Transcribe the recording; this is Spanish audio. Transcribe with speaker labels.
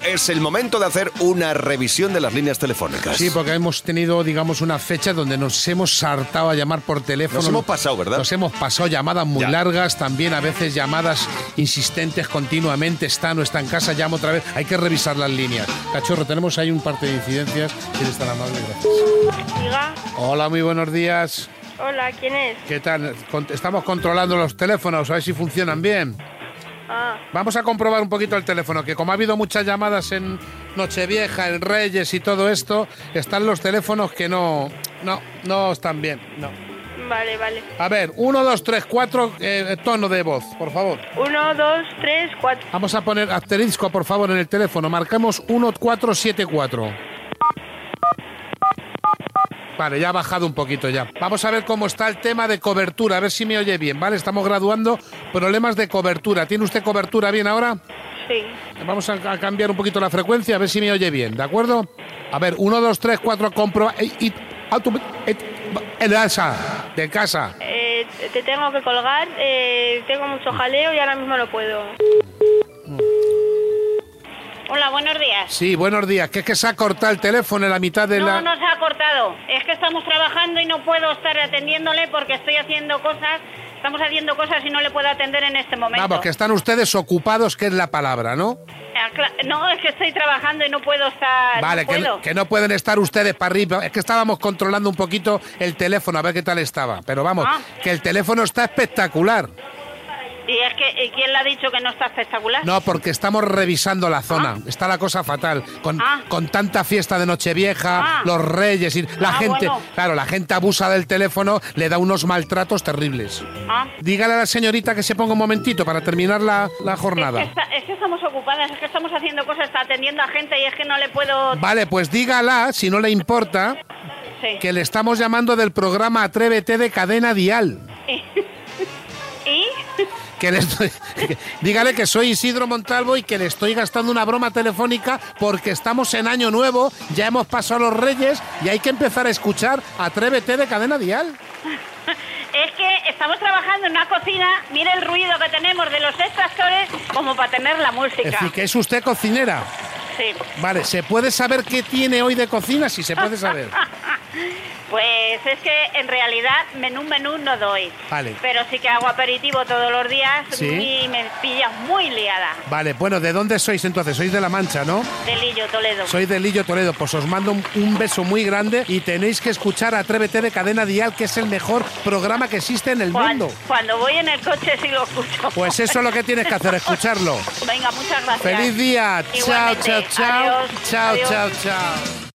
Speaker 1: es el momento de hacer una revisión de las líneas telefónicas.
Speaker 2: Sí, porque hemos tenido, digamos, una fecha donde nos hemos hartado a llamar por teléfono.
Speaker 1: Nos hemos pasado, ¿verdad?
Speaker 2: Nos hemos pasado llamadas muy
Speaker 1: Ya.
Speaker 2: largas, también a veces llamadas insistentes continuamente, está, no está en casa, llamo otra vez. Hay que revisar las líneas. Cachorro, tenemos ahí un parte de incidencias. Si eres tan amable, gracias.
Speaker 3: Diga,
Speaker 2: Hola, muy buenos días.
Speaker 3: hola, ¿quién es?
Speaker 2: ¿Qué tal? Con- Estamos controlando los teléfonos, a ver si funcionan bien.
Speaker 3: Ah,
Speaker 2: Vamos a comprobar un poquito el teléfono, que como ha habido muchas llamadas en Nochevieja, en Reyes y todo esto, están los teléfonos que no, no, no están bien. No.
Speaker 3: vale, vale.
Speaker 2: A ver, 1, 2, 3, 4, eh, tono de voz, por favor.
Speaker 3: Uno, dos, tres, cuatro.
Speaker 2: Vamos a poner asterisco, por favor, en el teléfono. Marcamos 1474. Vale, ya ha bajado un poquito ya. Vamos a ver cómo está el tema de cobertura, a ver si me oye bien, ¿vale? Estamos graduando problemas de cobertura. ¿Tiene usted cobertura bien ahora?
Speaker 3: Sí,
Speaker 2: Vamos a, a cambiar un poquito la frecuencia, a ver si me oye bien, ¿de acuerdo? A ver, 1, 2, 3, 4, compro... eh, Ey, it, auto- et- eh, en casa, de casa.
Speaker 3: eh, te tengo que colgar, eh, tengo mucho jaleo y ahora mismo no puedo.
Speaker 4: Mm. Hola, buenos días.
Speaker 2: Sí, buenos días. Que es que se ha cortado el teléfono en la mitad de Eh, la...
Speaker 4: No nos ha cortado. Es que estamos trabajando y no puedo estar atendiéndole porque estoy haciendo cosas. Estamos haciendo cosas y no le puedo atender en este momento.
Speaker 2: Vamos, que están ustedes ocupados, que es la palabra, ¿no?
Speaker 4: Ah, cla- No, es que estoy trabajando y no puedo estar.
Speaker 2: vale,
Speaker 4: no
Speaker 2: que,
Speaker 4: puedo.
Speaker 2: que no pueden estar ustedes para arriba. Es que estábamos controlando un poquito el teléfono, a ver qué tal estaba. Pero vamos,
Speaker 4: Ah.
Speaker 2: que el teléfono está espectacular.
Speaker 4: Y es que ¿y quién le ha dicho que no está espectacular.
Speaker 2: No, porque estamos revisando la zona. Está la cosa fatal. Con,
Speaker 4: Ah.
Speaker 2: con tanta fiesta de Nochevieja,
Speaker 4: Ah.
Speaker 2: los reyes y la
Speaker 4: Ah,
Speaker 2: gente.
Speaker 4: bueno.
Speaker 2: Claro, la gente abusa del teléfono, le da unos maltratos terribles.
Speaker 4: Ah.
Speaker 2: Dígale a la señorita que se ponga un momentito para terminar la, la jornada.
Speaker 4: Es que, está- es que estamos ocupadas, es que estamos haciendo cosas, está atendiendo a gente y es que no le puedo.
Speaker 2: Vale, pues dígala, si no le importa,
Speaker 4: Sí.
Speaker 2: que le estamos llamando del programa Atrévete de Cadena Dial.
Speaker 4: ¿Y?
Speaker 2: Que le estoy- que- dígale que soy Isidro Montalvo y que le estoy gastando una broma telefónica porque estamos en Año Nuevo, ya hemos pasado los Reyes y hay que empezar a escuchar Atrévete de Cadena Dial.
Speaker 4: Es que estamos trabajando en una cocina, mire el ruido que tenemos de los extractores como para tener la
Speaker 2: Es
Speaker 4: música.
Speaker 2: decir, que es usted cocinera.
Speaker 4: Sí.
Speaker 2: Vale, ¿se puede saber qué tiene hoy de cocina? Si se puede saber.
Speaker 4: Pues es que en realidad menú menú no doy.
Speaker 2: Vale.
Speaker 4: Pero sí que hago aperitivo todos los días
Speaker 2: Sí.
Speaker 4: y me pillas muy liada.
Speaker 2: Vale, bueno, ¿de dónde sois entonces? Sois de La Mancha, ¿no?
Speaker 4: De Lillo, Toledo.
Speaker 2: Soy de Lillo Toledo, pues os mando un, un beso muy grande y tenéis que escuchar Atrévete de Cadena Dial, que es el mejor programa que existe en el
Speaker 4: cuando,
Speaker 2: mundo.
Speaker 4: cuando voy en el coche sí lo escucho.
Speaker 2: Pues eso es lo que tienes que hacer, escucharlo.
Speaker 4: Venga, muchas gracias.
Speaker 2: Feliz día. Chao,
Speaker 4: Igualmente.
Speaker 2: chao, chao.
Speaker 4: Adiós.
Speaker 2: Chao,
Speaker 4: Adiós.
Speaker 2: chao, chao.